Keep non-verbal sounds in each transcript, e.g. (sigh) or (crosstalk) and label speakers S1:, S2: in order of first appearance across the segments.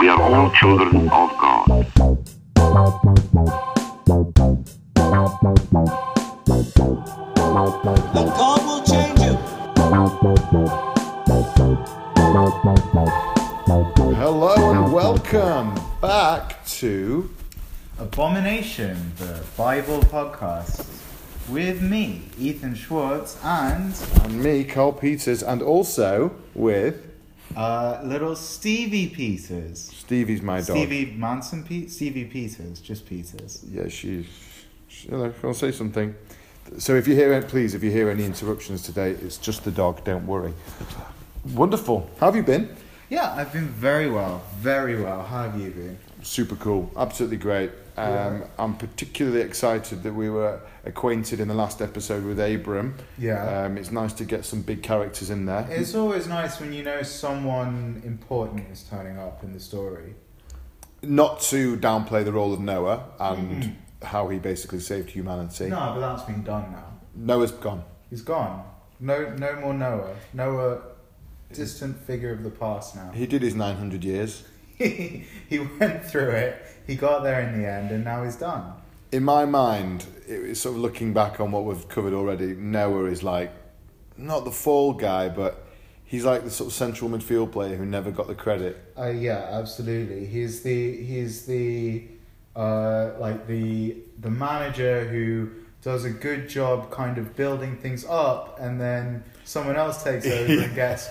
S1: We are all children of God.
S2: But God will change you.
S3: Hello and welcome back to
S4: Abomination, the Bible podcast, with me, Ethan Schwartz, and
S3: and me, Carl Peters, and also with
S4: uh, little Stevie Peters.
S3: Stevie's my dog.
S4: Stevie Manson, Pe- Stevie Peters, just Peters.
S3: Yeah, she's. She, hello, I'll say something. So if you hear it, please, if you hear any interruptions today, it's just the dog. Don't worry. Wonderful. How have you been?
S4: Yeah, I've been very well, very well. How have you been?
S3: Super cool. Absolutely great. Um, I'm particularly excited that we were acquainted in the last episode with Abram.
S4: Yeah.
S3: Um, it's nice to get some big characters in there.
S4: It's always nice when you know someone important is turning up in the story.
S3: not to downplay the role of Noah and how he basically saved humanity.
S4: Mm-hmm. No, but that's been done now.
S3: Noah's gone.
S4: He's gone. No, no more Noah. Noah, distant figure of the past now.
S3: He did his 900 years.
S4: (laughs) he went through it. He got there in the end, and now he's done.
S3: In my mind, it was sort of looking back on what we've covered already, Noah is like not the fall guy, but he's like the sort of central midfield player who never got the credit.
S4: Uh, yeah, absolutely. He's the he's the uh, like the the manager who does a good job, kind of building things up, and then someone else takes over (laughs) and gets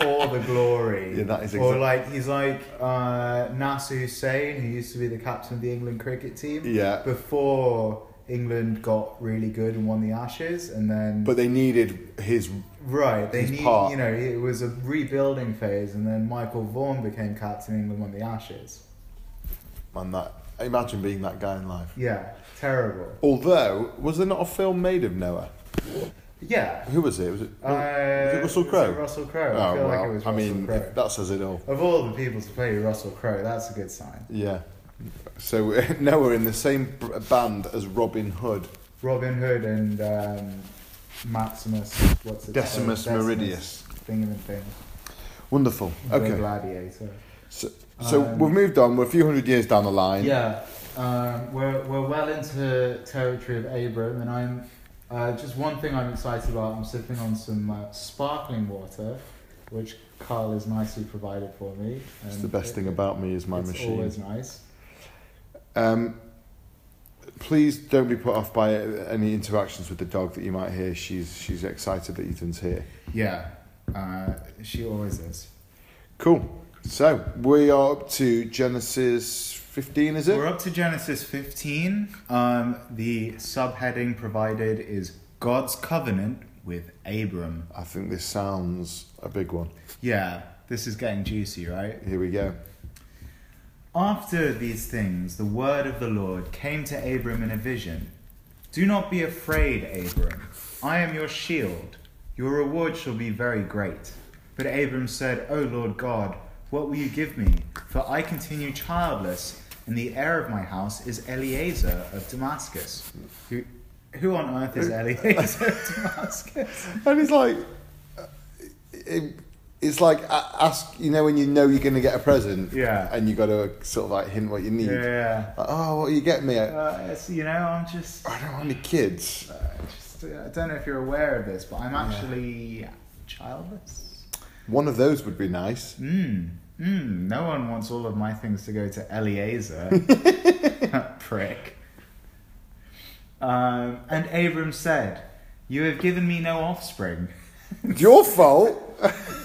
S4: all the glory.
S3: Yeah, that is
S4: Or
S3: exact-
S4: like he's like uh, Nasser Hussein, who used to be the captain of the England cricket team.
S3: Yeah.
S4: Before England got really good and won the Ashes, and then
S3: But they needed his.
S4: Right, they
S3: his
S4: need
S3: part.
S4: you know it was a rebuilding phase, and then Michael Vaughan became captain England on the Ashes.
S3: Man, that. Imagine being that guy in life.
S4: Yeah, terrible.
S3: Although, was there not a film made of Noah?
S4: Yeah,
S3: Who was it? Was it,
S4: uh,
S3: was it Russell
S4: was
S3: Crowe?
S4: Russell Crowe. I
S3: Oh,
S4: feel
S3: well,
S4: like it was
S3: I
S4: Russell
S3: mean,
S4: Crowe.
S3: that says it all.
S4: Of all the people to play Russell Crowe, that's a good sign.
S3: Yeah. So (laughs) uh, now we're in the same b- band as Robin Hood,
S4: Robin Hood and um, Maximus, what's it?
S3: Decimus
S4: called?
S3: Meridius.
S4: Thing and thing.
S3: Wonderful.
S4: The
S3: Okay.
S4: gladiator.
S3: So, so
S4: Um,
S3: we've moved on. We're a few hundred years down the line.
S4: Yeah, um, we're, we're well into territory of Abram, and I'm uh, just one thing I'm excited about. I'm sipping on some uh, sparkling water, which Carl has nicely provided for me.
S3: It's
S4: and
S3: the best
S4: it-
S3: thing about me is my
S4: it's
S3: machine.
S4: always nice.
S3: Um, please don't be put off by uh, any interactions with the dog that you might hear. She's she's excited that Ethan's here.
S4: Yeah, uh, she always is.
S3: Cool. So we are up to Genesis 15, is
S4: We're
S3: it?
S4: up to Genesis 15. Um, the subheading provided is God's covenant with Abram.
S3: I think this sounds a big one.
S4: Yeah, this is getting juicy, right?
S3: Here we go.
S4: After these things, the word of the Lord came to Abram in a vision. Do not be afraid, Abram. I am your shield. Your reward shall be very great. But Abram said, O Lord God, what will you give me? For I continue childless, and the heir of my house is Eleazar of Damascus. Who, who on earth is Eleazar of Damascus? (laughs)
S3: And it's like, uh, it, it's like a- ask you know when you know you're gonna get a present,
S4: Yeah.
S3: and you got to sort of like hint what you need.
S4: Yeah.
S3: Like, oh, what you get me? I,
S4: Uh, it's- you know, I'm just.
S3: I don't want any kids.
S4: I just, I don't know if you're aware of this, but I'm actually childless.
S3: One of those would be nice.
S4: Mm, mm, no one wants all of my things to go to
S3: (laughs)
S4: Eliezer. (laughs) Prick. Um, and Abram said, You have given me no offspring, (laughs)
S3: It's Your fault.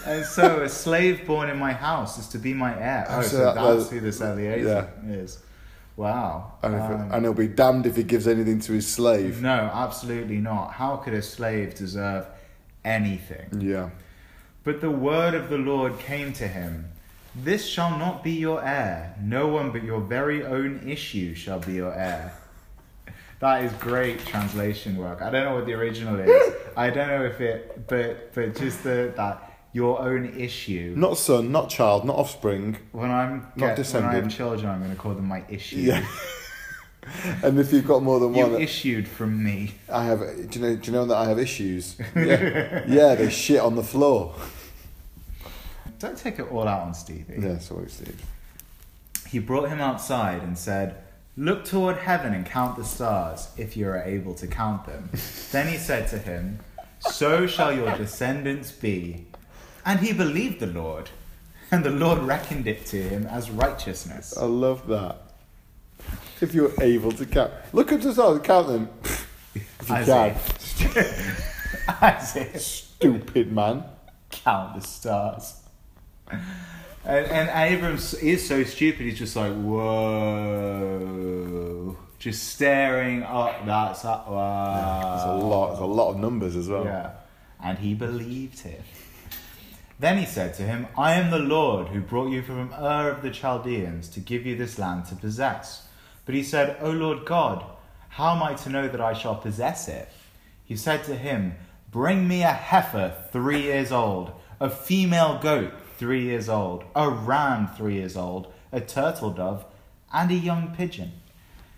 S4: and so a slave born in my house is to be my heir. Oh,
S3: So
S4: so,
S3: that-
S4: that's
S3: that-
S4: who this Eliezer is. Wow.
S3: And, if,
S4: Um,
S3: and he'll be damned if he gives anything to his slave.
S4: no, absolutely not. How could a slave deserve anything?
S3: Yeah.
S4: But the word of the Lord came to him This shall not be your heir. No one but your very own issue shall be your heir. That is great translation work. I don't know what the original
S3: (laughs)
S4: is. I don't know if it, but but just the that your own issue.
S3: Not son, not child, not offspring.
S4: When I'm
S3: Not
S4: get, when I have
S3: descendant.
S4: children, I'm going to call them my issue.
S3: Yeah. (laughs) and if you've got more than
S4: You
S3: one,
S4: issued from me.
S3: I have. Do you know?
S4: (laughs)
S3: Do you know that I have issues? Yeah. yeah. They shit on the floor.
S4: Don't take it all out on Stevie.
S3: (laughs) Yeah, sorry, Steve.
S4: He brought him outside and said, Look toward heaven and count the stars, if you are able to count them. then he said to him, So shall your descendants be. And he believed the Lord, and the Lord reckoned it to him as righteousness.
S3: I love that. If you're able to count, look up the stars and count (laughs) them. if you
S4: Isaac.
S3: can,
S4: (laughs) Isaac,
S3: stupid man.
S4: count the stars. And, and Abram s- is so stupid, he's just like, Whoa. Just staring up, that's up. Wow.
S3: It's a lot. It's a lot of numbers as well.
S4: Yeah. And he believed him. Then he said to him, I am the Lord who brought you from Ur of the Chaldeans to give you this land to possess. But he said, O Lord God, how am I to know that I shall possess it? He said to him, Bring me a heifer three years old, a female goat three years old, a ram three years old, a turtle dove, and a young pigeon.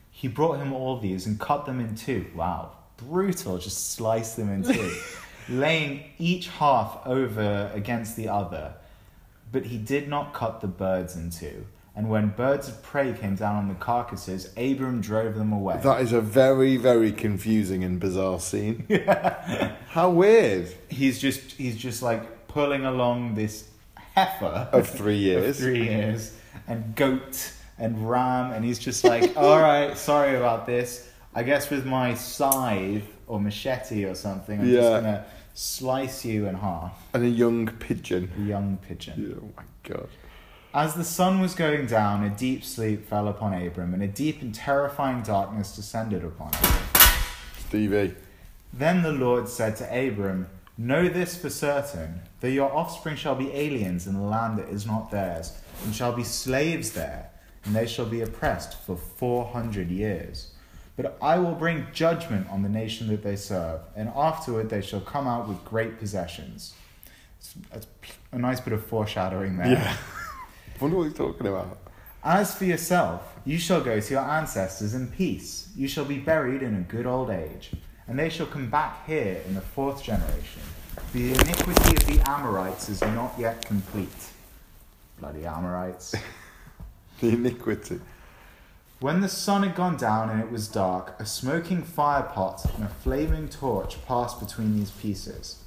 S4: He brought him all these and cut them in two. Wow, brutal! Just sliced them in two, laying each half over against the other. But he did not cut the birds in two. And when birds of prey came down on the carcasses, Abram drove them away.
S3: That is a very, very confusing and bizarre (laughs) scene. How weird.
S4: he's just he's just like pulling along this heifer
S3: Of three years.
S4: three years and goat and ram and he's just like all right sorry about this i guess with my scythe or machete or something i'm just
S3: Yeah.
S4: gonna slice you in half
S3: And a young pigeon.
S4: young pigeon
S3: Yeah, Oh my god.
S4: as the sun was going down, a deep sleep fell upon Abram, and a deep and terrifying darkness descended upon him.
S3: Stevie.
S4: Then the Lord said to Abram, Know this for certain, that your offspring shall be aliens in the land that is not theirs, and shall be slaves there, and they shall be oppressed for four hundred years. But I will bring judgment on the nation that they serve, and afterward they shall come out with great possessions. It's- That's a nice bit of foreshadowing there.
S3: (laughs) Yeah. Wonder what he's talking about.
S4: As for yourself, you shall go to your ancestors in peace. You shall be buried in a good old age, and they shall come back here in the fourth generation. The iniquity of the Amorites is not yet complete. Bloody Amorites.
S3: The iniquity.
S4: When the sun had gone down and it was dark, a smoking fire pot and a flaming torch passed between these pieces.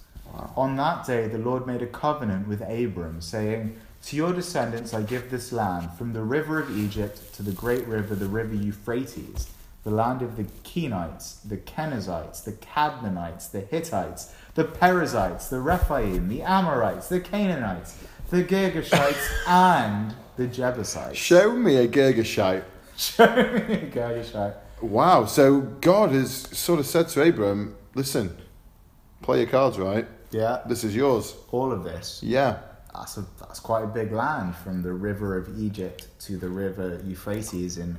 S4: On that day, the Lord made a covenant with Abram, saying, To your descendants I give this land, from the river of Egypt to the great river, the river Euphrates, the land of the Kenites, the Kenizzites, the Cadmonites, the Hittites, the Perizzites, the Rephaim, the Amorites, the Canaanites, the Girgashites, and the Jebusites.
S3: Show me a Girgashite.
S4: Girgashite.
S3: Wow. So God has sort of said to Abram, listen, play your cards right.
S4: Yeah,
S3: This is yours.
S4: all of this.
S3: Yeah. (laughs)
S4: That's, a, that's quite a big land from the river of Egypt to the river Euphrates in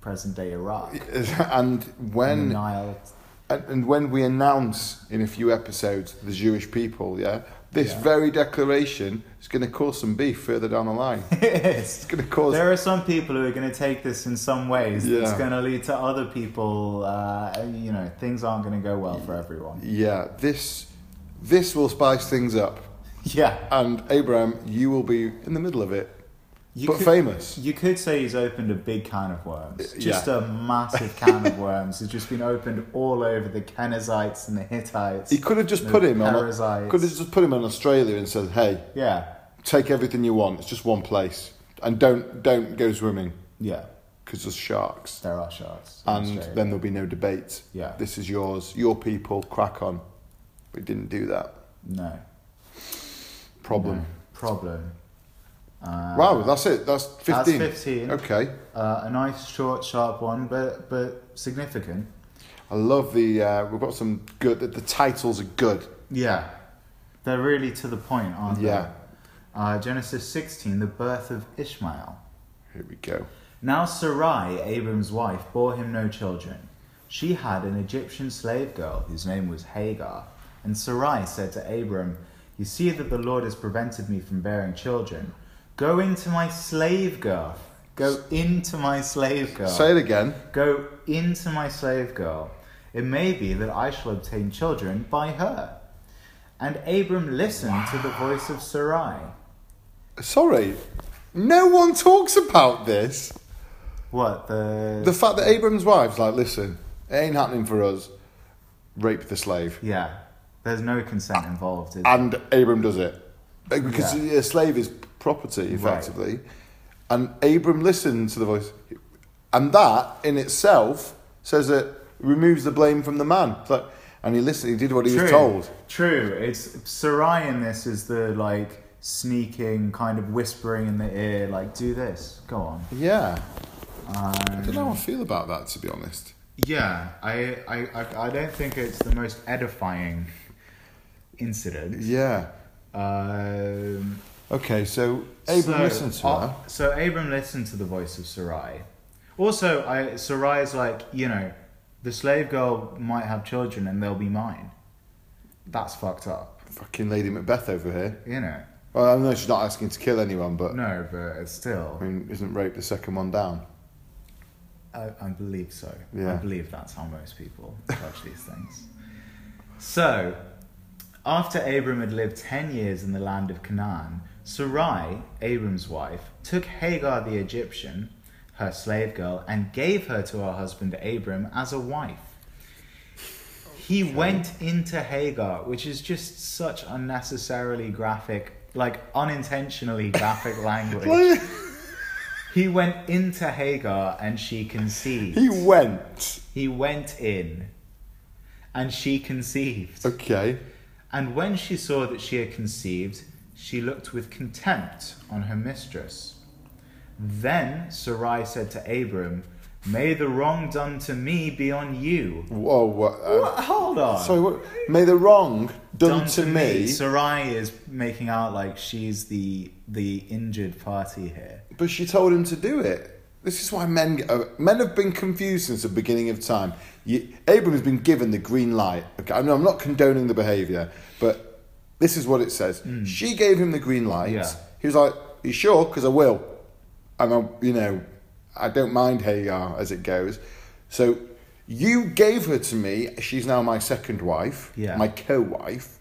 S4: present day Iraq.
S3: And
S4: And the
S3: when
S4: Nile.
S3: and, and when we announce in a few episodes the Jewish people, yeah, this
S4: Yeah.
S3: very declaration is going to cause some beef further down the
S4: (laughs)
S3: line.
S4: it's
S3: gonna cause-
S4: There are some people who are going to take this in some ways. It's
S3: Yeah.
S4: going to lead to other people. Uh, you know, things aren't going to go well for everyone.
S3: yeah, this this will spice things up,
S4: Yeah.
S3: and Abraham, you will be in the middle of it,
S4: You
S3: but
S4: could-
S3: famous.
S4: You could say he's opened a big can of worms.
S3: Uh,
S4: Just
S3: yeah.
S4: a massive can of worms. It's just been opened all over the Kenizzites and the Hittites.
S3: He could have just
S4: and
S3: put
S4: the
S3: him on.
S4: Perizzites.
S3: Could have just put him in Australia and said, "Hey,
S4: Yeah,
S3: take everything you want. It's just one place, and don't don't go swimming
S4: yeah.
S3: because there's sharks."
S4: There are sharks. in
S3: And
S4: Australia.
S3: then there'll be no debate.
S4: Yeah.
S3: this is yours. Your people crack on. We didn't do that.
S4: no
S3: Problem.
S4: problem.
S3: wow, that's it. That's
S4: That's
S3: fifteen.
S4: 15.
S3: Okay,
S4: Uh, a nice short, sharp one, but but significant.
S3: I love the. Uh, we've got some good. The, the titles are good.
S4: Yeah, they're really to the point, aren't
S3: Yeah.
S4: they? Uh, Genesis 16, the birth of Ishmael.
S3: Here we go.
S4: Now Sarai, Abram's wife, bore him no children. She had an Egyptian slave girl whose name was Hagar. And Sarai said to Abram, You see that the Lord has prevented me from bearing children. Go into my slave girl. Go into my slave girl.
S3: Say it again.
S4: Go into my slave girl. It may be that I shall obtain children by her. And Abram listened to the voice of Sarai.
S3: Sorry, no one talks about this.
S4: What the?
S3: The fact that Abram's wife's like, listen, it ain't happening for us. Rape the slave,
S4: yeah, there's no consent involved. Is
S3: and Abram does it because
S4: Yeah.
S3: a slave is property effectively, and Abram listened to the voice, and that in itself says that removes the blame from the man. It's like- and he listened. He did what he was told.
S4: True. It's Sarai in this is the like sneaking kind of whispering in the ear, like do this, go on.
S3: Yeah. Um, I don't know how I feel about that, to be honest.
S4: Yeah, I I I, I don't think it's the most edifying incident.
S3: Yeah.
S4: Um,
S3: Okay, so Abram
S4: so,
S3: listened to
S4: uh,
S3: her.
S4: So Abram listened to the voice of Sarai. Also, I Sarai is like you know, the slave girl might have children and they'll be mine. That's fucked up.
S3: Fucking Lady Macbeth over here.
S4: You know.
S3: Well, I know she's not asking to kill anyone, but
S4: No, but it's still.
S3: I mean, isn't rape the second one (laughs) down?
S4: I, I believe so. I
S3: Yeah.
S4: believe that's how most people judge (laughs) these things. So, after Abram had lived 10 years in the land of Canaan, Sarai, Abram's wife, took Hagar the Egyptian, her slave girl, and gave her to her husband Abram as a wife. He went into Hagar, which is just such unnecessarily graphic, like unintentionally graphic language. He went into Hagar and she conceived.
S3: he went.
S4: He went in and she conceived.
S3: Okay.
S4: And when she saw that she had conceived, she looked with contempt on her mistress. Then Sarai said to Abram, May the wrong done to me be on you.
S3: Whoa, what? Uh,
S4: What? Hold on.
S3: So, what, may the wrong done,
S4: Done
S3: to, me.
S4: Sarai is making out like she's the the injured party here.
S3: But she told him to do it. This is why men get- uh, men have been confused since the beginning of time. You, Abram has been given the green light. Okay, I know I'm not condoning the behaviour, but this is what it says. She gave him the green light.
S4: Hmm. Yeah.
S3: He was like, "You sure? Because I will." And I, you know, I don't mind Hagar as it goes. So you gave her to me. She's now my second wife,
S4: Yeah.
S3: my co-wife.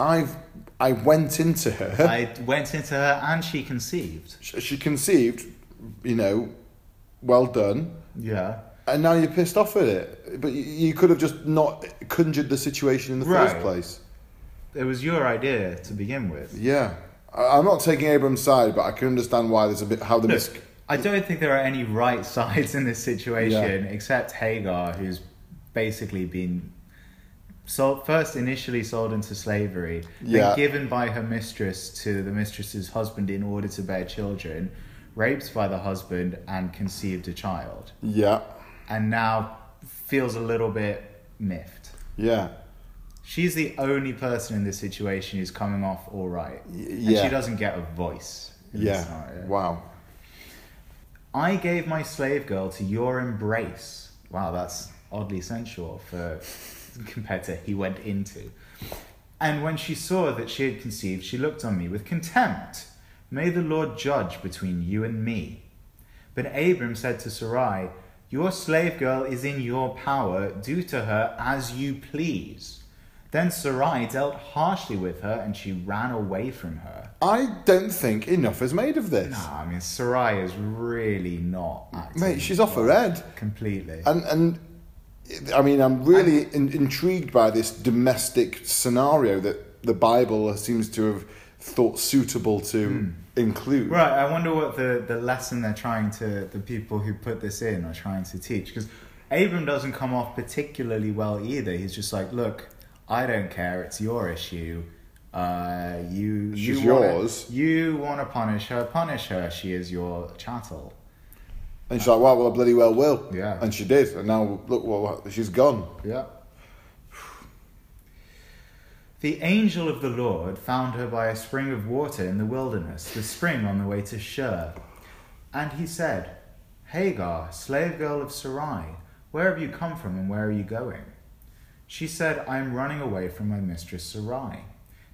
S3: I've I went into her.
S4: I went into her and she conceived.
S3: Sh- she conceived, you know, well done,
S4: Yeah.
S3: and now you're pissed off at it. But y- you could have just not conjured the situation in the
S4: Right.
S3: first place.
S4: It was your idea to begin with.
S3: Yeah, I- I'm not taking Abram's side, but I can understand why there's a bit how the
S4: Look,
S3: mis-
S4: I don't think there are any right (laughs) sides in this situation except Hagar, who's basically been sold first initially sold into slavery,
S3: Yeah.
S4: then given by her mistress to the mistress's husband in order to bear children, raped by the husband and conceived a child,
S3: yeah,
S4: and now feels a little bit miffed.
S3: yeah,
S4: She's the only person in this situation who's coming off all right, and
S3: yeah.
S4: she doesn't get a voice. in this
S3: yeah.
S4: scenario.
S3: Wow.
S4: I gave my slave girl to your embrace. Wow, that's oddly sensual for compared to he went into. And when she saw that she had conceived, she looked on me with contempt. May the Lord judge between you and me. But Abram said to Sarai, Your slave girl is in your power, do to her as you please. Then Sarai dealt harshly with her, and she ran away from her.
S3: I don't think enough is made of this.
S4: Nah, I mean, Sarai is really not acting.
S3: Mate, she's off her head.
S4: Completely.
S3: And and I mean, I'm really in, intrigued by this domestic scenario that the Bible seems to have thought suitable to include.
S4: Hmm. Right, I wonder what the, the lesson they're trying to, the people who put this in are trying to teach. Because Abram doesn't come off particularly well either. He's just like, look, I don't care, it's your issue. Uh, you,
S3: She's
S4: you wanna-
S3: yours."
S4: you want to punish her, punish her. She is your chattel.
S3: And she's like, "Wow, well, I bloody well will."
S4: Yeah.
S3: And she did, and now look, what, what she's
S4: (laughs)
S3: gone.
S4: Yeah. The angel of the Lord found her by a spring of water in the wilderness, the spring on the way to Shur. And he said, Hagar, slave girl of Sarai, where have you come from and where are you going? She said, I am running away from my mistress Sarai.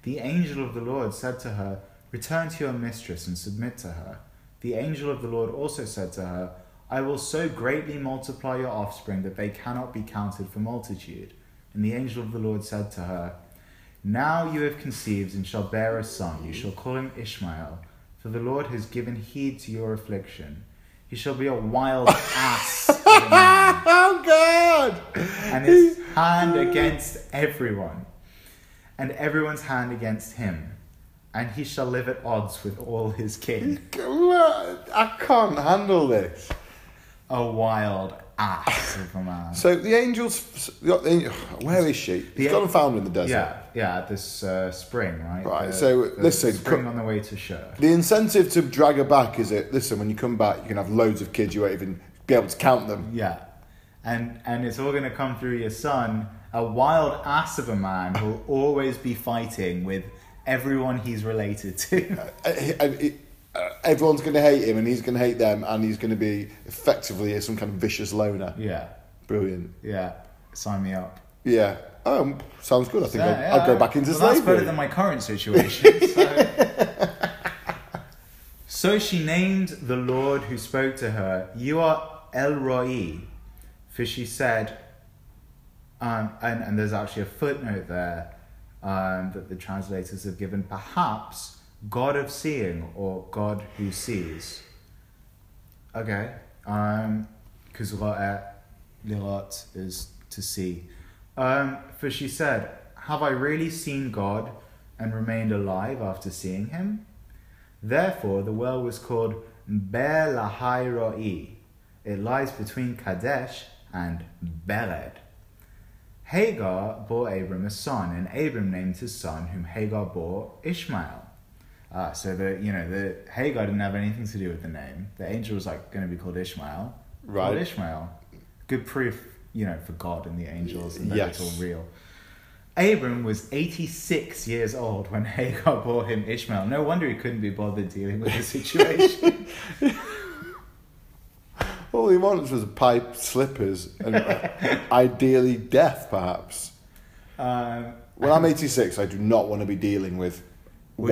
S4: The angel of the Lord said to her, Return to your mistress and submit to her. The angel of the Lord also said to her, I will so greatly multiply your offspring that they cannot be counted for multitude. And the angel of the Lord said to her, Now you have conceived and shall bear a son. You shall call him Ishmael, for the Lord has given heed to your affliction. He shall be a wild ass of a man,
S3: Oh God!
S4: and his hand against everyone, and everyone's hand against him, and he shall live at odds with all his kin.
S3: God, I can't handle this.
S4: A wild ass of a man.
S3: So the angels, the, the, where is she? He's
S4: The-
S3: gone and found her in the desert.
S4: Yeah, yeah, this uh, spring, right?
S3: Right,
S4: The-
S3: so,
S4: the
S3: listen,
S4: spring
S3: co-
S4: on the way to Shur.
S3: The incentive to drag her back is that listen, when you come back, you can have loads of kids. You won't even be able to count them.
S4: Yeah, and and it's all gonna come through your son, a wild ass of a man who'll always be fighting with everyone he's related to. (laughs)
S3: Uh, he- and it- uh, everyone's going to hate him, and he's going to hate them, and he's going to be effectively some kind of vicious loner.
S4: yeah,
S3: Brilliant.
S4: yeah, sign me up.
S3: Yeah. Um, sounds good. I think I'll,
S4: Yeah,
S3: I'll go
S4: yeah.
S3: back into
S4: well,
S3: slavery.
S4: That's better than my current situation. so.
S3: (laughs)
S4: So she named the Lord who spoke to her, You are El Roi. For she said, um, and, and there's actually a footnote there um, that the translators have given, perhaps God of seeing or God who sees. Okay. um, Because Lilat is to see. Um, for she said, Have I really seen God and remained alive after seeing him? Therefore, the well was called Ber Lahai Roi. It lies between Kadesh and Bered. Hagar bore Abram a son, and Abram named his son, whom Hagar bore, Ishmael. Ah, so the you know the Hagar didn't have anything to do with the name. The angel was like going to be called Ishmael.
S3: Right.
S4: Called Ishmael. Good proof, you know, for God and the angels and that it's
S3: Yes.
S4: all real. Abram was 86 years old when Hagar bore him Ishmael. No wonder he couldn't be bothered dealing with the situation.
S3: All he wants was a pipe, slippers, and uh, (laughs) ideally death, perhaps.
S4: um,
S3: When I'm 86, I do not want to be dealing with,
S4: With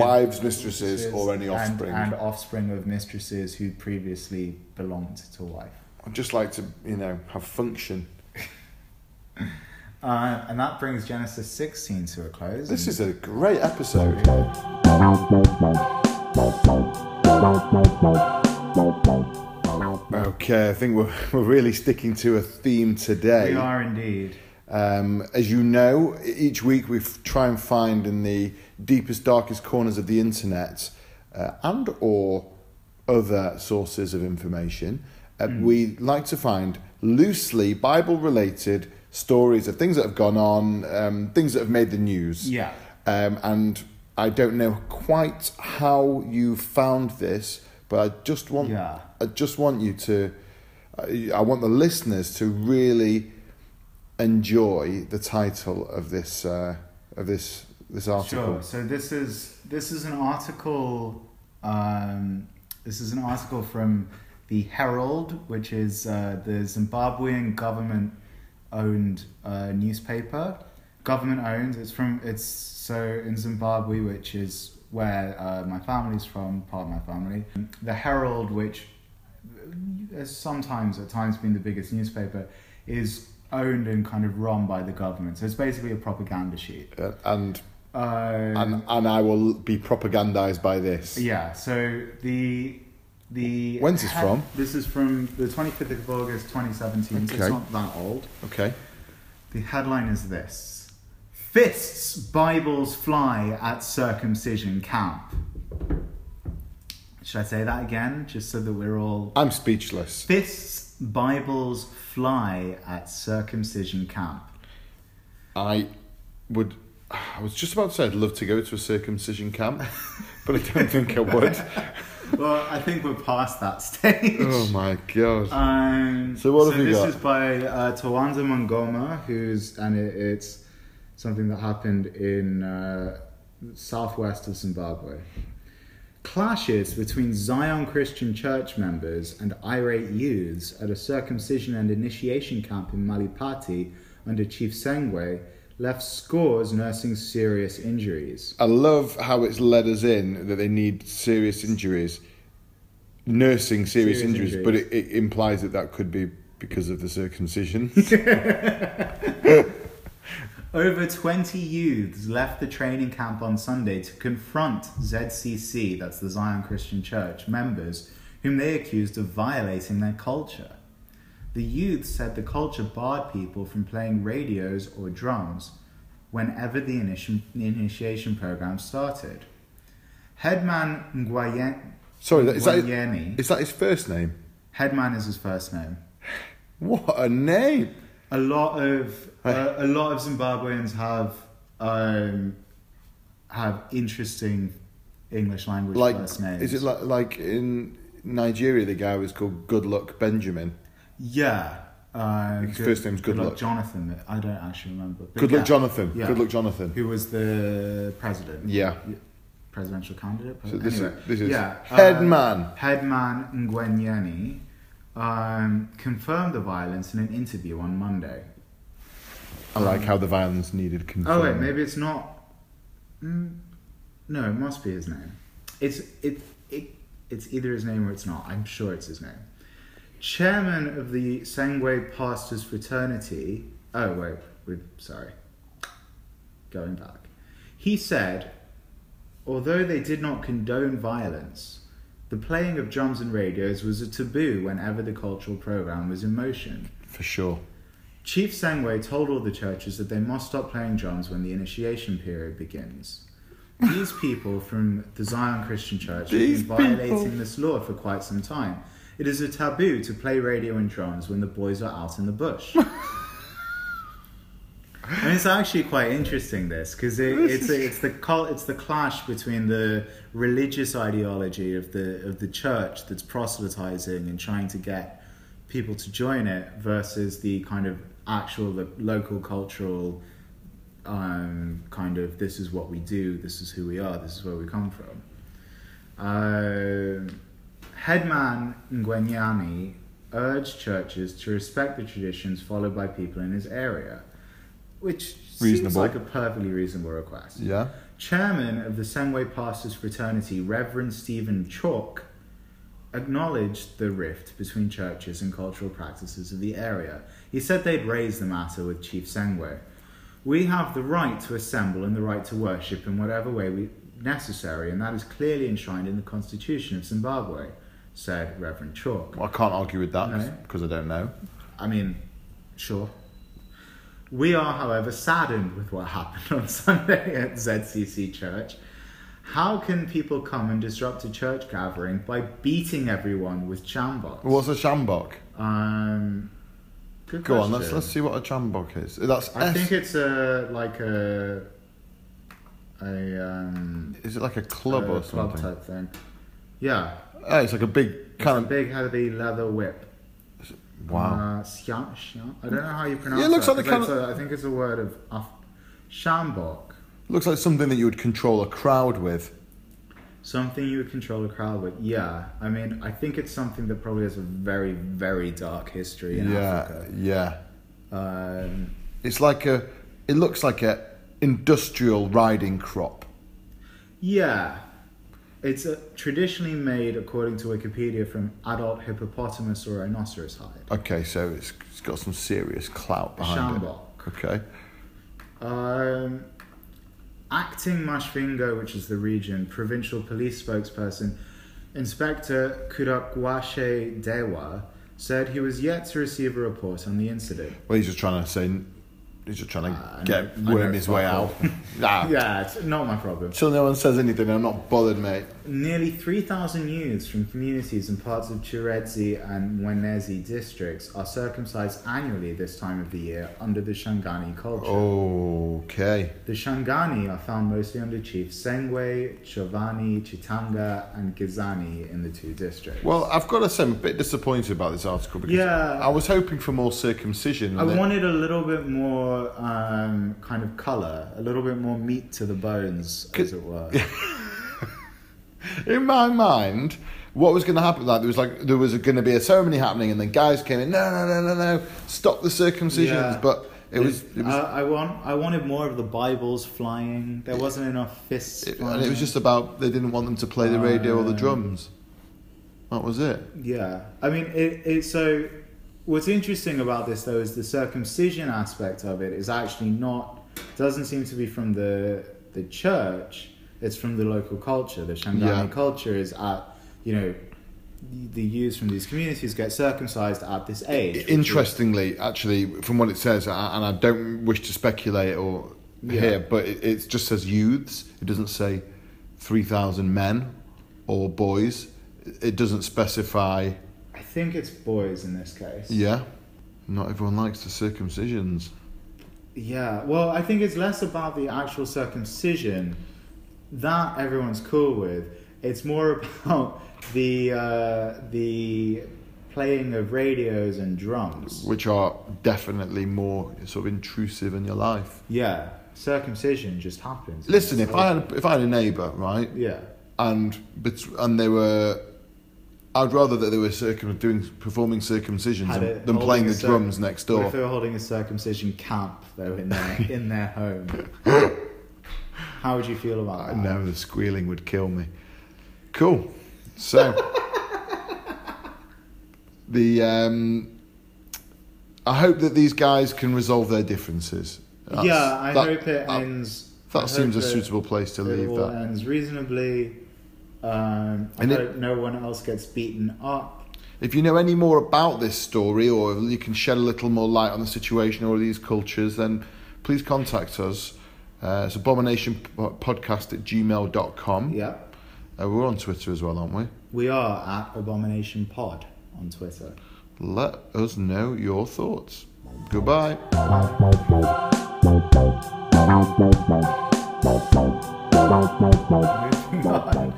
S3: (laughs) wives, mistresses, or any
S4: and-
S3: offspring.
S4: And, offspring of mistresses who previously belonged to wife.
S3: I'd just like to, you know, have function.
S4: Uh, and that brings Genesis 16 to a close.
S3: This
S4: and-
S3: is a great episode. Okay, I think we're, (laughs) we're really sticking to a theme today.
S4: We are indeed.
S3: Um, as you know, e-, each week we f- try and find in the deepest, darkest corners of the internet uh, and or other sources of information, uh,
S4: Hmm.
S3: we like to find loosely Bible-related stories of things that have gone on, um, things that have made the news.
S4: Yeah.
S3: Um, and I don't know quite how you found this, but I just want
S4: Yeah.
S3: I just want you to, I I want the listeners to really enjoy the title of this uh, of this this article.
S4: Sure. So this is this is an article. Um, this is an article from the Herald, which is uh, the Zimbabwean government-owned uh, newspaper. Government-owned. It's from. It's so in Zimbabwe, which is where uh, my family's from, part of my family. The Herald, which has sometimes at times been the biggest newspaper, is owned and kind of run by the government. So it's basically a propaganda sheet.
S3: Uh, and
S4: Uh,
S3: and and I will be propagandized by this.
S4: yeah. So the the
S3: When's this from?
S4: This is from the twenty fifth of August, twenty seventeen. So
S3: Okay.
S4: it's not that old.
S3: Okay.
S4: The headline is this: Fists, Bibles fly at circumcision camp. Should I say that again, just so that we're all
S3: I'm speechless.
S4: fists, Bibles fly at circumcision camp.
S3: I would. I was just about to say I'd love to go to a circumcision camp, but I don't think I would.
S4: Well, I think we're past that (laughs) stage.
S3: Oh my god.
S4: Um,
S3: So what have we
S4: this
S3: got?
S4: is by uh, Tawanza Mongoma, who's and it, it's something that happened in uh, southwest of Zimbabwe. Clashes between Zion Christian Church members and irate youths at a circumcision and initiation camp in Malipati under Chief Sengwe left scores nursing serious injuries.
S3: I love how it's led us in that they need serious injuries, nursing serious,
S4: Serious
S3: injuries,
S4: injuries.
S3: but it, it implies that that could be because of the circumcision.
S4: Over 20 youths left the training camp on Sunday to confront ZCC, that's the Zion Christian Church, members whom they accused of violating their culture. The youths said the culture barred people from playing radios or drums whenever the initi- the initiation program started. Headman Nguyen-
S3: (laughs) Sorry, that, is, that,
S4: Nguyen-
S3: is that his first name?
S4: Headman is his first name.
S3: What a name!
S4: A lot of
S3: Right.
S4: uh, a lot of Zimbabweans have um, have interesting English language
S3: Like,
S4: first names.
S3: is it like like in Nigeria? The guy was called Good Luck Benjamin.
S4: yeah? Uh,
S3: His first name's Good Luck.
S4: Jonathan. I don't actually remember. But
S3: Good
S4: yeah.
S3: Luck Jonathan.
S4: Yeah.
S3: Good Luck Jonathan.
S4: Who was the president?
S3: Yeah.
S4: Presidential candidate.
S3: So this
S4: anyway,
S3: is this is
S4: yeah.
S3: Headman.
S4: Uh, headman Ngwenyeni um, confirmed the violence in an interview on Monday.
S3: I like how the violence needed
S4: Oh
S3: confirming.
S4: wait, maybe it's not. Mm, no, it must be his name. It's it it it's either his name or it's not. I'm sure it's his name. Chairman of the Sangwe Pastors Fraternity. Oh wait, we sorry. Going back, he said, although they did not condone violence. The playing of drums and radios was a taboo whenever the cultural program was in motion.
S3: for sure.
S4: Chief Sangwe told all the churches that they must stop playing drums when the initiation period begins. These people from the Zion Christian Church have
S3: These
S4: been violating
S3: people.
S4: this law for quite some time. It is a taboo to play radio and drums when the boys are out in the
S3: (laughs)
S4: bush. and it's actually quite interesting this because it, it's a, it's the col- it's the clash between the religious ideology of the of the church that's proselytizing and trying to get people to join it versus the kind of actual lo- local cultural um, kind of this is what we do, this is who we are, this is where we come from. Um, Headman Ngwenyani urged churches to respect the traditions followed by people in his area, which seems
S3: Reasonable.
S4: like a perfectly reasonable request.
S3: Yeah.
S4: Chairman of the Sangwe Pastors Fraternity, Reverend Stephen Chalk, acknowledged the rift between churches and cultural practices of the area. He said they'd raised the matter with Chief Sangwe. We have the right to assemble and the right to worship in whatever way we, necessary, and that is clearly enshrined in the Constitution of Zimbabwe, said Reverend Chalk.
S3: Well, I can't argue with that
S4: No.
S3: because I don't know.
S4: I mean, sure. We are, however, saddened with what happened on (laughs) Sunday at ZCC Church. How can people come and disrupt a church gathering by beating everyone with chambox?
S3: What's a shambok?
S4: Um, good
S3: Go on,
S4: question.
S3: let's let's see what a chambok is. That's
S4: I
S3: S-
S4: think it's a like a a um,
S3: is it like a club
S4: a
S3: or
S4: club
S3: something?
S4: type thing. Yeah,
S3: Oh, it's like a big
S4: it's a
S3: kind of
S4: big heavy leather whip.
S3: wow.
S4: Uh, xiang, xiang. I don't know how you pronounce
S3: it looks
S4: that,
S3: like the
S4: 'cause
S3: kind
S4: it's a- I think it's a word of Af- shambok,
S3: Looks like something that you would control a crowd with.
S4: something you would control a crowd with. Yeah, I mean, I think it's something that probably has a very, very dark history in
S3: yeah,
S4: Africa.
S3: yeah.
S4: Um,
S3: It's like a. It looks like a industrial riding crop.
S4: yeah, it's uh traditionally made, according to Wikipedia, from adult hippopotamus or rhinoceros hide.
S3: Okay, so it's it's got some serious clout behind
S4: Shambok.
S3: it. Okay.
S4: Um, acting Mashvingo, which is the region, provincial police spokesperson, Inspector Kudakwashe Dewa, said he was yet to receive a report on the incident.
S3: Well, he's just trying to say. He's just trying to
S4: Uh, I
S3: get
S4: know- I
S3: worm
S4: know,
S3: his
S4: fuck
S3: way out.
S4: (laughs) off.
S3: nah.
S4: Yeah, it's not my problem.
S3: Till no one says anything, I'm not bothered, mate.
S4: Nearly 3,000 youths from communities in parts of Chiredzi and Mwenezi districts are circumcised annually this time of the year under the Shangani culture.
S3: Oh. Okay.
S4: The Shangani are found mostly under Chief Sengwe, Chovani, Chitanga, and Gizani in the two districts.
S3: Well, I've got to say, I'm a bit disappointed about this article because
S4: Yeah.
S3: I was hoping for more circumcision. and
S4: I
S3: then-
S4: wanted a little bit more um, kind of color, a little bit more meat to the bones, as
S3: (laughs)
S4: it were.
S3: in my mind, what was going to happen? Like there was like there was going to be a ceremony happening, and then guys came in. No, no, no, no, no! Stop the circumcisions!
S4: Yeah.
S3: But it was, it was
S4: Uh, I, I want. I wanted more of the Bibles flying. There wasn't enough fists.
S3: it-
S4: flying.
S3: and it was just about they didn't want them to play
S4: Uh,
S3: the radio or the drums. That was it.
S4: Yeah, I mean, it, it. So, what's interesting about this though is the circumcision aspect of it is actually not doesn't seem to be from the the church. It's from the local culture. The Shangani
S3: Yeah.
S4: culture is at you know the youths from these communities get circumcised at this age. which is-
S3: Interestingly, actually, from what it says, and I and I don't wish to speculate or
S4: Yeah.
S3: here, but it, it just says youths. It doesn't say three thousand men or boys. It doesn't specify.
S4: I think it's boys in this case.
S3: Yeah, not everyone likes the circumcisions.
S4: Yeah, well, I think it's less about the actual circumcision that everyone's cool with. It's more (laughs) about the uh, the playing of radios and drums.
S3: which are definitely more sort of intrusive in your life.
S4: Yeah, circumcision just happens.
S3: Listen, if I had if I had a neighbour, right,
S4: yeah,
S3: and bet- and they were, I'd rather that they were circum doing performing circumcisions
S4: had
S3: than,
S4: it
S3: than
S4: holding
S3: playing
S4: a
S3: the
S4: cir-
S3: drums next
S4: What
S3: door.
S4: if they were holding a circumcision camp though in
S3: (laughs)
S4: their in their home? How would you feel about
S3: I
S4: that?
S3: know the squealing would kill me. Cool.
S4: (laughs)
S3: So the um, I hope that these guys can resolve their differences. That's-
S4: yeah, I
S3: that-
S4: hope it
S3: that-
S4: ends. I
S3: That
S4: hope
S3: seems a
S4: that-
S3: suitable place to
S4: it uh,
S3: leave
S4: all
S3: that.
S4: ends reasonably. Um, I
S3: And it-
S4: hope no one else gets beaten up.
S3: If you know any more about this story or you can shed a little more light on the situation or these cultures, then please contact us. Uh, it's abominationpodcast at gmail.com.
S4: Yep.
S3: Uh, we're on Twitter as well, aren't we?
S4: We are at Abomination Pod on
S3: (laughs)
S4: Twitter.
S3: Let us know your thoughts. Goodbye.
S4: Moving on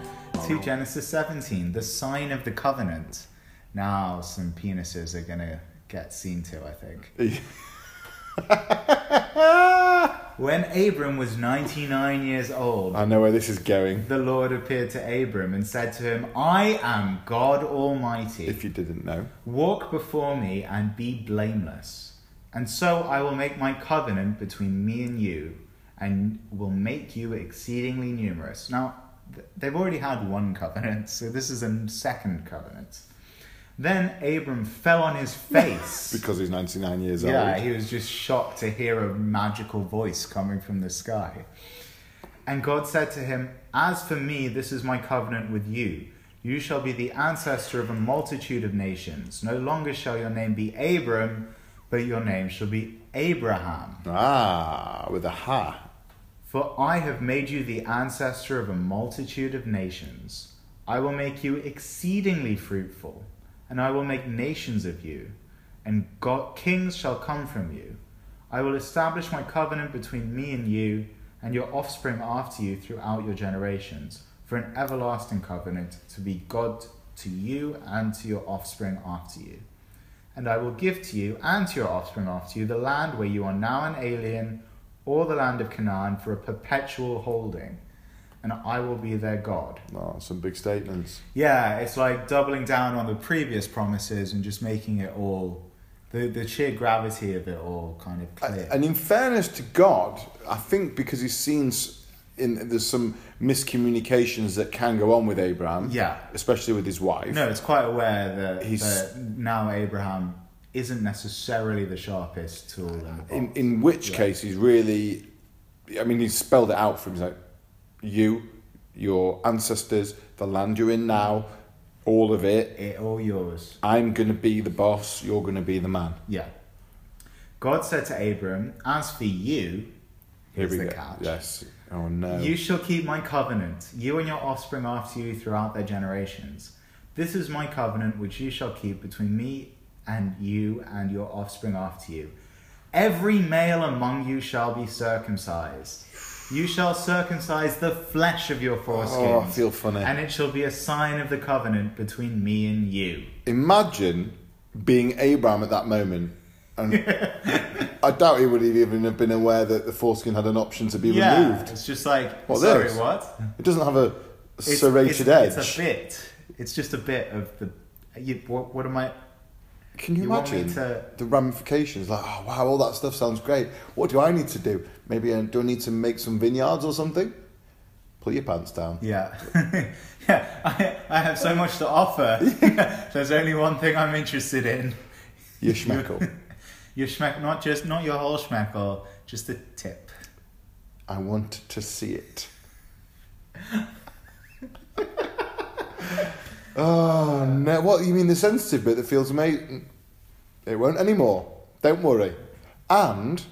S4: to Genesis 17, the sign of the covenant. Now some penises are gonna get seen to, I think.
S3: (laughs)
S4: When Abram was 99 years old,
S3: I know where this is going.
S4: the Lord appeared to Abram and said to him, I am God Almighty.
S3: If you didn't know,
S4: Walk before me and be blameless. And so I will make my covenant between me and you, and will make you exceedingly numerous. Now, th- they've already had one covenant, so this is a second covenant. Then Abram fell on his face.
S3: because he's 99 years
S4: yeah,
S3: old.
S4: he was just shocked to hear a magical voice coming from the sky. And God said to him, As for me, this is my covenant with you. You shall be the ancestor of a multitude of nations. No longer shall your name be Abram, but your name shall be Abraham.
S3: Ah, with a ha.
S4: For I have made you the ancestor of a multitude of nations. I will make you exceedingly fruitful, and I will make nations of you, and God, kings shall come from you. I will establish my covenant between me and you, and your offspring after you throughout your generations, for an everlasting covenant to be God to you and to your offspring after you. And I will give to you and to your offspring after you the land where you are now an alien, or the land of Canaan for a perpetual holding, and I will be their God.
S3: Oh, some big statements.
S4: Yeah, it's like doubling down on the previous promises and just making it all the, the sheer gravity of it all kind of clear.
S3: And in fairness to God, I think because he's seen s- in there's some miscommunications that can go on with Abraham.
S4: Yeah.
S3: Especially with his wife.
S4: no, it's quite aware that,
S3: He's-
S4: that now Abraham isn't necessarily the sharpest tool in the box.
S3: In in which case he's really I mean he's spelled it out for him. He's like you, your ancestors, the land you're in now, all of it.
S4: it all yours.
S3: I'm gonna be the boss, you're gonna be the man.
S4: Yeah. God said to Abram, As for you, here's the catch.
S3: Yes. Oh no.
S4: You shall keep my covenant, you and your offspring after you throughout their generations. This is my covenant which you shall keep between me and you and your offspring after you. Every male among you shall be circumcised. You shall circumcise the flesh of your foreskin.
S3: Oh, I feel funny.
S4: And it shall be a sign of the covenant between me and you.
S3: Imagine being Abraham at that moment.
S4: (laughs)
S3: And I doubt he would have even have been aware that the foreskin had an option to be
S4: yeah,
S3: removed.
S4: it's just like,
S3: What,
S4: sorry,
S3: this?
S4: what?
S3: It doesn't have a
S4: It's-
S3: serrated
S4: it's,
S3: edge.
S4: It's a bit. It's just a bit of the. You, what, what am I?
S3: Can you,
S4: you want me
S3: imagine
S4: to-
S3: the ramifications? Like, oh wow, all that stuff sounds great. What do I need to do? Maybe uh, do I need to make some vineyards or something? Pull your pants down.
S4: Yeah, (laughs) yeah. I, I have so much to offer. (laughs) There's only one thing I'm interested in. (laughs)
S3: Your schmeckle.
S4: Your schmeck, not just not your whole schmeckle, just the tip.
S3: I wanted to see
S4: (laughs)
S3: it. oh no! What you mean the sensitive bit that feels amazing? It won't anymore. Don't worry. And,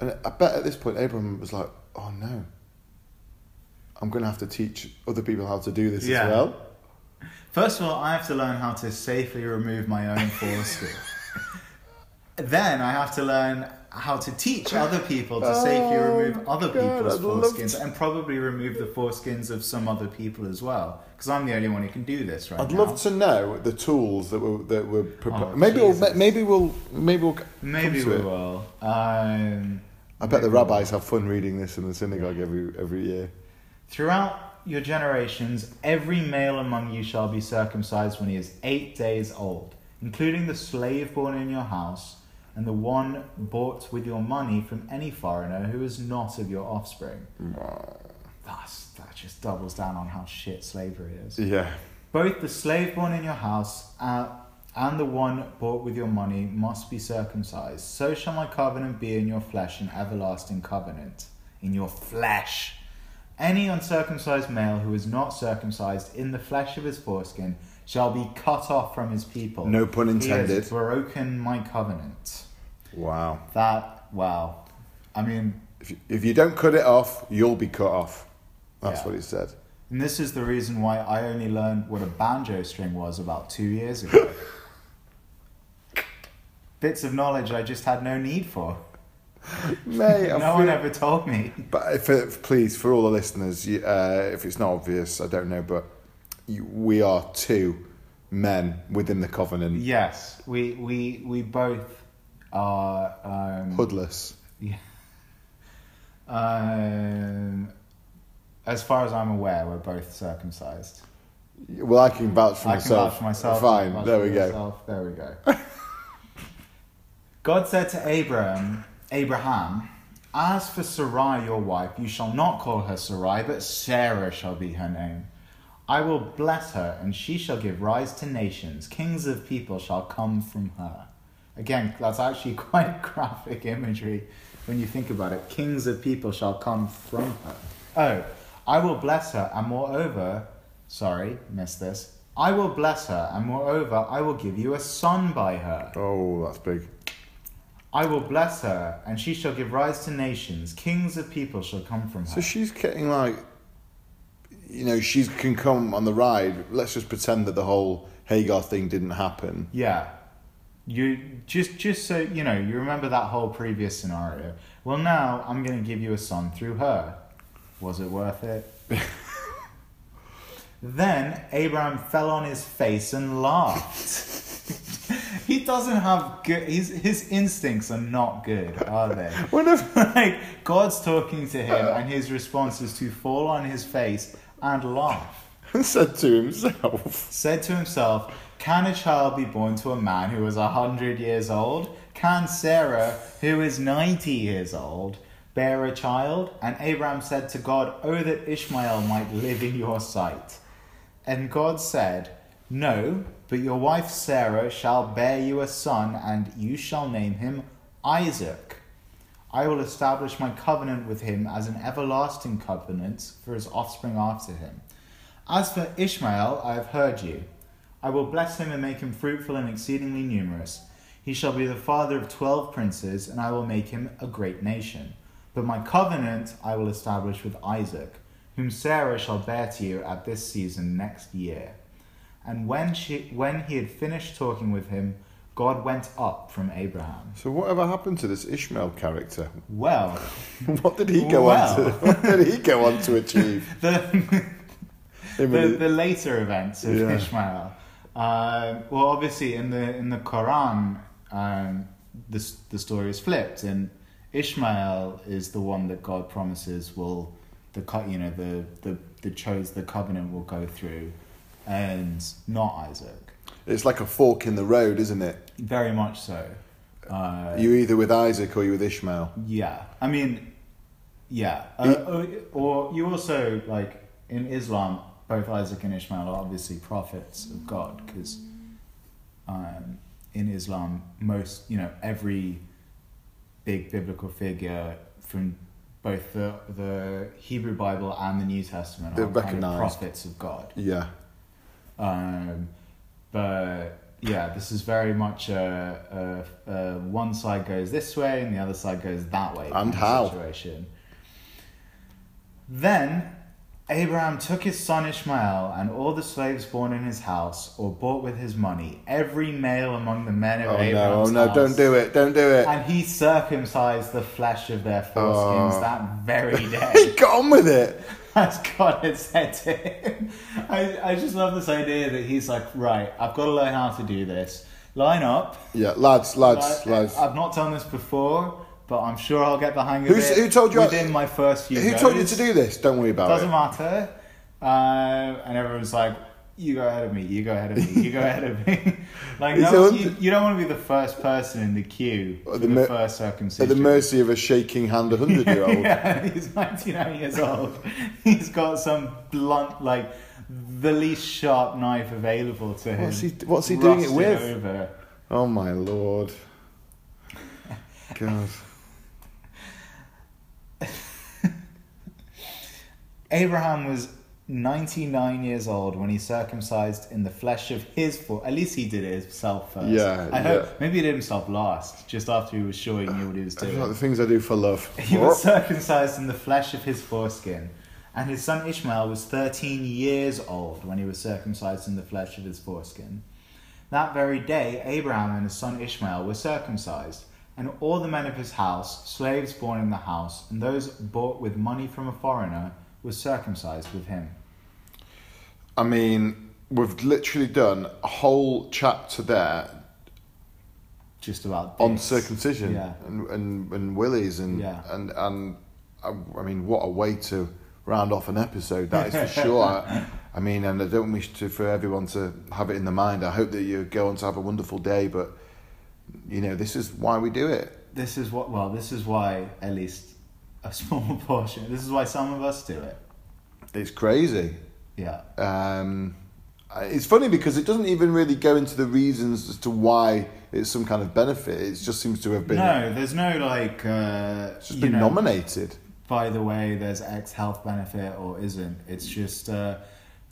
S3: and I bet at this point Abram was like, "Oh no, I'm going to have to teach other people how to do this
S4: Yeah.
S3: as well."
S4: First of all, I have to learn how to safely remove my own foreskin. then I have to learn how to teach other people to safely
S3: Oh,
S4: remove other
S3: God,
S4: people's
S3: I'd love
S4: foreskins
S3: to-
S4: and probably remove the foreskins of some other people as well. Because I'm the only one who can do this right
S3: I'd
S4: now.
S3: love to know the tools that were that were prepared.
S4: Oh,
S3: maybe we'll
S4: Jesus.
S3: maybe we'll maybe we'll c-
S4: Maybe
S3: come to
S4: we
S3: it.
S4: will. Um,
S3: I bet the rabbis have fun reading this in the synagogue every every year.
S4: Throughout your generations, every male among you shall be circumcised when he is eight days old, including the slave born in your house and the one bought with your money from any foreigner who is not of your offspring. That's, that just doubles down on how shit slavery is.
S3: Yeah.
S4: Both the slave born in your house uh, and the one bought with your money must be circumcised. So shall my covenant be in your flesh, an everlasting covenant. In your flesh. Any uncircumcised male who is not circumcised in the flesh of his foreskin shall be cut off from his people.
S3: No pun
S4: He
S3: intended.
S4: has broken my covenant.
S3: Wow.
S4: That, wow. I mean,
S3: If you, if you don't cut it off, you'll be cut off. That's
S4: Yeah.
S3: what he said.
S4: and this is the reason why I only learned what a banjo string was about two years (laughs) ago. Bits of knowledge I just had no need for.
S3: Mate, I
S4: (laughs) No one
S3: feel-
S4: ever told me.
S3: But if, if, please, for all the listeners, you, uh, if it's not obvious, I don't know, but you, we are two men within the covenant,
S4: Yes, we we we both are. Um,
S3: hoodless.
S4: yeah. um, as far as I'm aware, we're both circumcised.
S3: Well, I can vouch for
S4: I can
S3: myself.
S4: vouch for myself. I
S3: Fine,
S4: can
S3: there
S4: vouch
S3: we
S4: for
S3: go.
S4: myself. There we go. God said to Abraham, Abraham, as for Sarai your wife, you shall not call her Sarai, but Sarah shall be her name. I will bless her, and she shall give rise to nations. Kings of people shall come from her. Again, that's actually (laughs) quite graphic imagery when you think about it. Kings of people shall come from her. Oh, I will bless her, and moreover, sorry, missed this. I will bless her, and moreover, I will give you a son by her.
S3: Oh, that's big.
S4: I will bless her, and she shall give rise to nations. Kings of people shall come from
S3: So
S4: her.
S3: she's getting like, you know, she can come on the ride. Let's just pretend that the whole Hagar thing didn't happen.
S4: yeah. You just just so you know, you remember that whole previous scenario. Well now I'm gonna give you a son through her. Was it worth it? then Abraham fell on his face and laughed. he doesn't have good his his instincts are not good, are they? (laughs) like God's talking to him and his response is to fall on his face (laughs) and laugh.
S3: said to himself.
S4: Said to himself, Can a child be born to a man who is a hundred years old? Can Sarah, who is ninety years old, bear a child? And Abraham said to God, Oh that Ishmael might live in your sight. And God said, No, but your wife Sarah shall bear you a son, and you shall name him Isaac. I will establish my covenant with him as an everlasting covenant for his offspring after him. As for Ishmael, I have heard you. I will bless him and make him fruitful and exceedingly numerous. He shall be the father of twelve princes, and I will make him a great nation. But my covenant I will establish with Isaac, whom Sarah shall bear to you at this season next year. And when, she, when he had finished talking with him, God went up from Abraham.
S3: So whatever happened to this Ishmael character? (laughs)
S4: Well, (laughs)
S3: What did he go on to?
S4: Well.
S3: What did he go on to achieve?
S4: the,
S3: Him
S4: (laughs) the,
S3: and
S4: the later events of
S3: Yeah.
S4: Ishmael. Um, well, obviously, in the in the Quran, um, the s- the story is flipped, and Ishmael is the one that God promises will the co- you know the the the chose the covenant will go through, and not Isaac.
S3: it's like a fork in the road, isn't it?
S4: Very much so. Uh,
S3: You're either with Isaac or you're with Ishmael.
S4: Yeah, I mean, yeah, uh, or or you also like in Islam, both Isaac and Ishmael are obviously prophets of God because um, in Islam, most you know every big biblical figure from both the the Hebrew Bible and the New Testament
S3: They're
S4: are kind of
S3: recognised.
S4: prophets of God.
S3: Yeah.
S4: Um, but yeah, this is very much a, a, a one side goes this way and the other side goes that way. kind of
S3: how.
S4: Situation. Then Abraham took his son Ishmael and all the slaves born in his house or bought with his money, every male among the men of
S3: Oh no!
S4: Abraham's
S3: Oh no!
S4: house.
S3: Don't do it! Don't do it!
S4: And he circumcised the flesh of their foreskins
S3: Oh.
S4: that
S3: (laughs)
S4: very day.
S3: He got on with it.
S4: As God had said to him. I, I just love this idea that he's like, right, I've got to learn how to do this. Line up.
S3: Yeah, lads, lads,
S4: I-
S3: lads.
S4: I've not done this before, but I'm sure I'll get the hang of
S3: Who's-
S4: it
S3: who told you-
S4: within my first few
S3: Who
S4: goes.
S3: told you to do this? Don't worry about
S4: Doesn't
S3: it.
S4: matter. Uh, and everyone's like, you go ahead of me, you go ahead of me, you go ahead
S3: (laughs)
S4: of me. like,
S3: It's
S4: no,
S3: a-
S4: you, you don't want to be the first person in the queue for
S3: the
S4: the,
S3: mer-
S4: first circumcision.
S3: At the mercy of a shaking
S4: (laughs)
S3: hand, a hundred-year-old.
S4: Yeah, he's 99 years old. He's got some blunt, like the least sharp knife available to him.
S3: What's he- what's he doing it
S4: rusted
S3: with?
S4: Over.
S3: Oh my
S4: (laughs)
S3: lord! God.
S4: Abraham was 99 years old when he circumcised in the flesh of his foot. At least he did it himself first.
S3: Yeah,
S4: I hope
S3: yeah.
S4: maybe he did himself last, just after he was sure he knew what he was
S3: It's like
S4: doing.
S3: the things I do for
S4: (laughs)
S3: love.
S4: He was circumcised in the flesh of his foreskin, and his son Ishmael was 13 years old when he was circumcised in the flesh of his foreskin. That very day, Abraham and his son Ishmael were circumcised, and all the men of his house, slaves born in the house, and those bought with money from a foreigner, were circumcised with him.
S3: I mean, we've literally done a whole chapter there
S4: Just about
S3: on
S4: this.
S3: circumcision
S4: Yeah.
S3: and, and and willies and
S4: Yeah.
S3: and and I, I mean, what a way to round off an episode. That is
S4: (laughs)
S3: for sure. I, I mean, and I don't wish to for everyone to have it in the mind. I hope that you go on to have a wonderful day, but you know, this is why we do it.
S4: This is what. Well, this is why at least a (laughs) small portion. This is why some of us do it.
S3: It's crazy.
S4: Yeah.
S3: Um, I- it's funny because it doesn't even really go into the reasons as to why it's some kind of benefit. It just seems to have been
S4: No, there's no like. Uh,
S3: it's just
S4: you
S3: been
S4: know,
S3: nominated.
S4: By the way, there's X health benefit or isn't. It's just uh,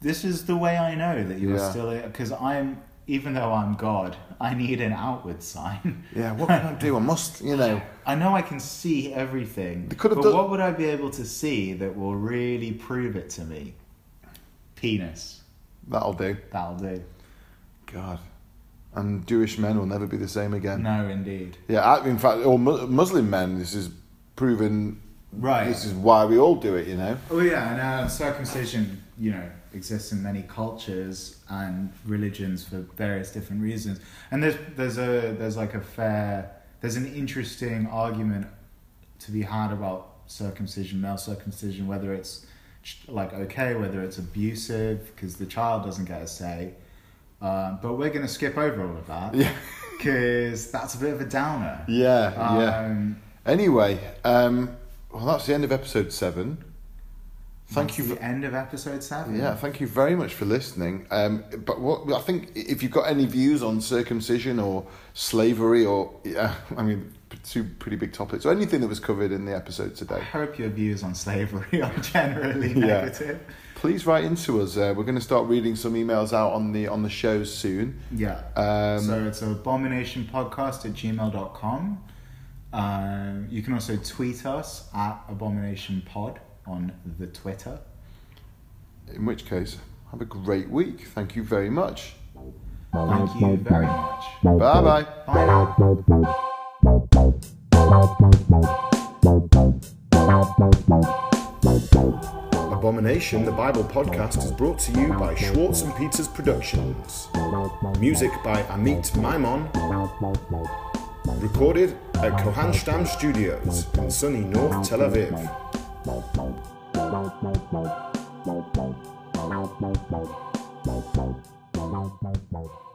S4: this is the way I know that you're
S3: Yeah.
S4: still because I'm even though I'm God, (laughs) I need an outward sign.
S3: Yeah, what can I do? I must, you know.
S4: (laughs) I know I can see everything,
S3: They
S4: but
S3: could have done-
S4: what would I be able to see that will really prove it to me? Penis.
S3: That'll do.
S4: That'll do.
S3: God, and Jewish men will never be the same again.
S4: No, indeed.
S3: Yeah, I, in fact, or mu- Muslim men. This is proven.
S4: Right.
S3: This is why we all do it. You know.
S4: Oh yeah, and uh, circumcision, you know, exists in many cultures and religions for various different reasons. And there's there's a there's like a fair there's an interesting argument to be had about circumcision, male circumcision, whether it's ch- like okay, whether it's abusive because the child doesn't get a say. Um, but we're going to skip over all of that (laughs)
S3: Yeah.
S4: because that's a bit of a downer.
S3: Yeah. yeah.
S4: Um,
S3: Anyway, um, well, that's the end of episode seven. Thank
S4: that's
S3: you. For,
S4: The end of episode seven.
S3: Yeah, thank you very much for listening. Um, but what I think, if you've got any views on circumcision or slavery, or yeah, (laughs) I mean, p- two pretty big topics, or anything that was covered in the episode
S4: I
S3: today,
S4: hope your views on slavery (laughs) are generally
S3: Yeah.
S4: negative.
S3: please write into us. Uh, we're going to start reading some emails out on the on the shows soon.
S4: Yeah.
S3: Um,
S4: so it's abominationpodcast at gmail.com. Um, you can also tweet us at abominationpod on the Twitter.
S3: In which case, have a great week. Thank you very much.
S4: Thank you very much.
S3: Bye bye.
S4: Bye now.
S5: Abomination, the Bible podcast, is brought to you by Schwartz and Peters Productions. Music by Amit Maimon. Recorded at Kohanstam Studios in sunny North Tel Aviv.
S6: Bye.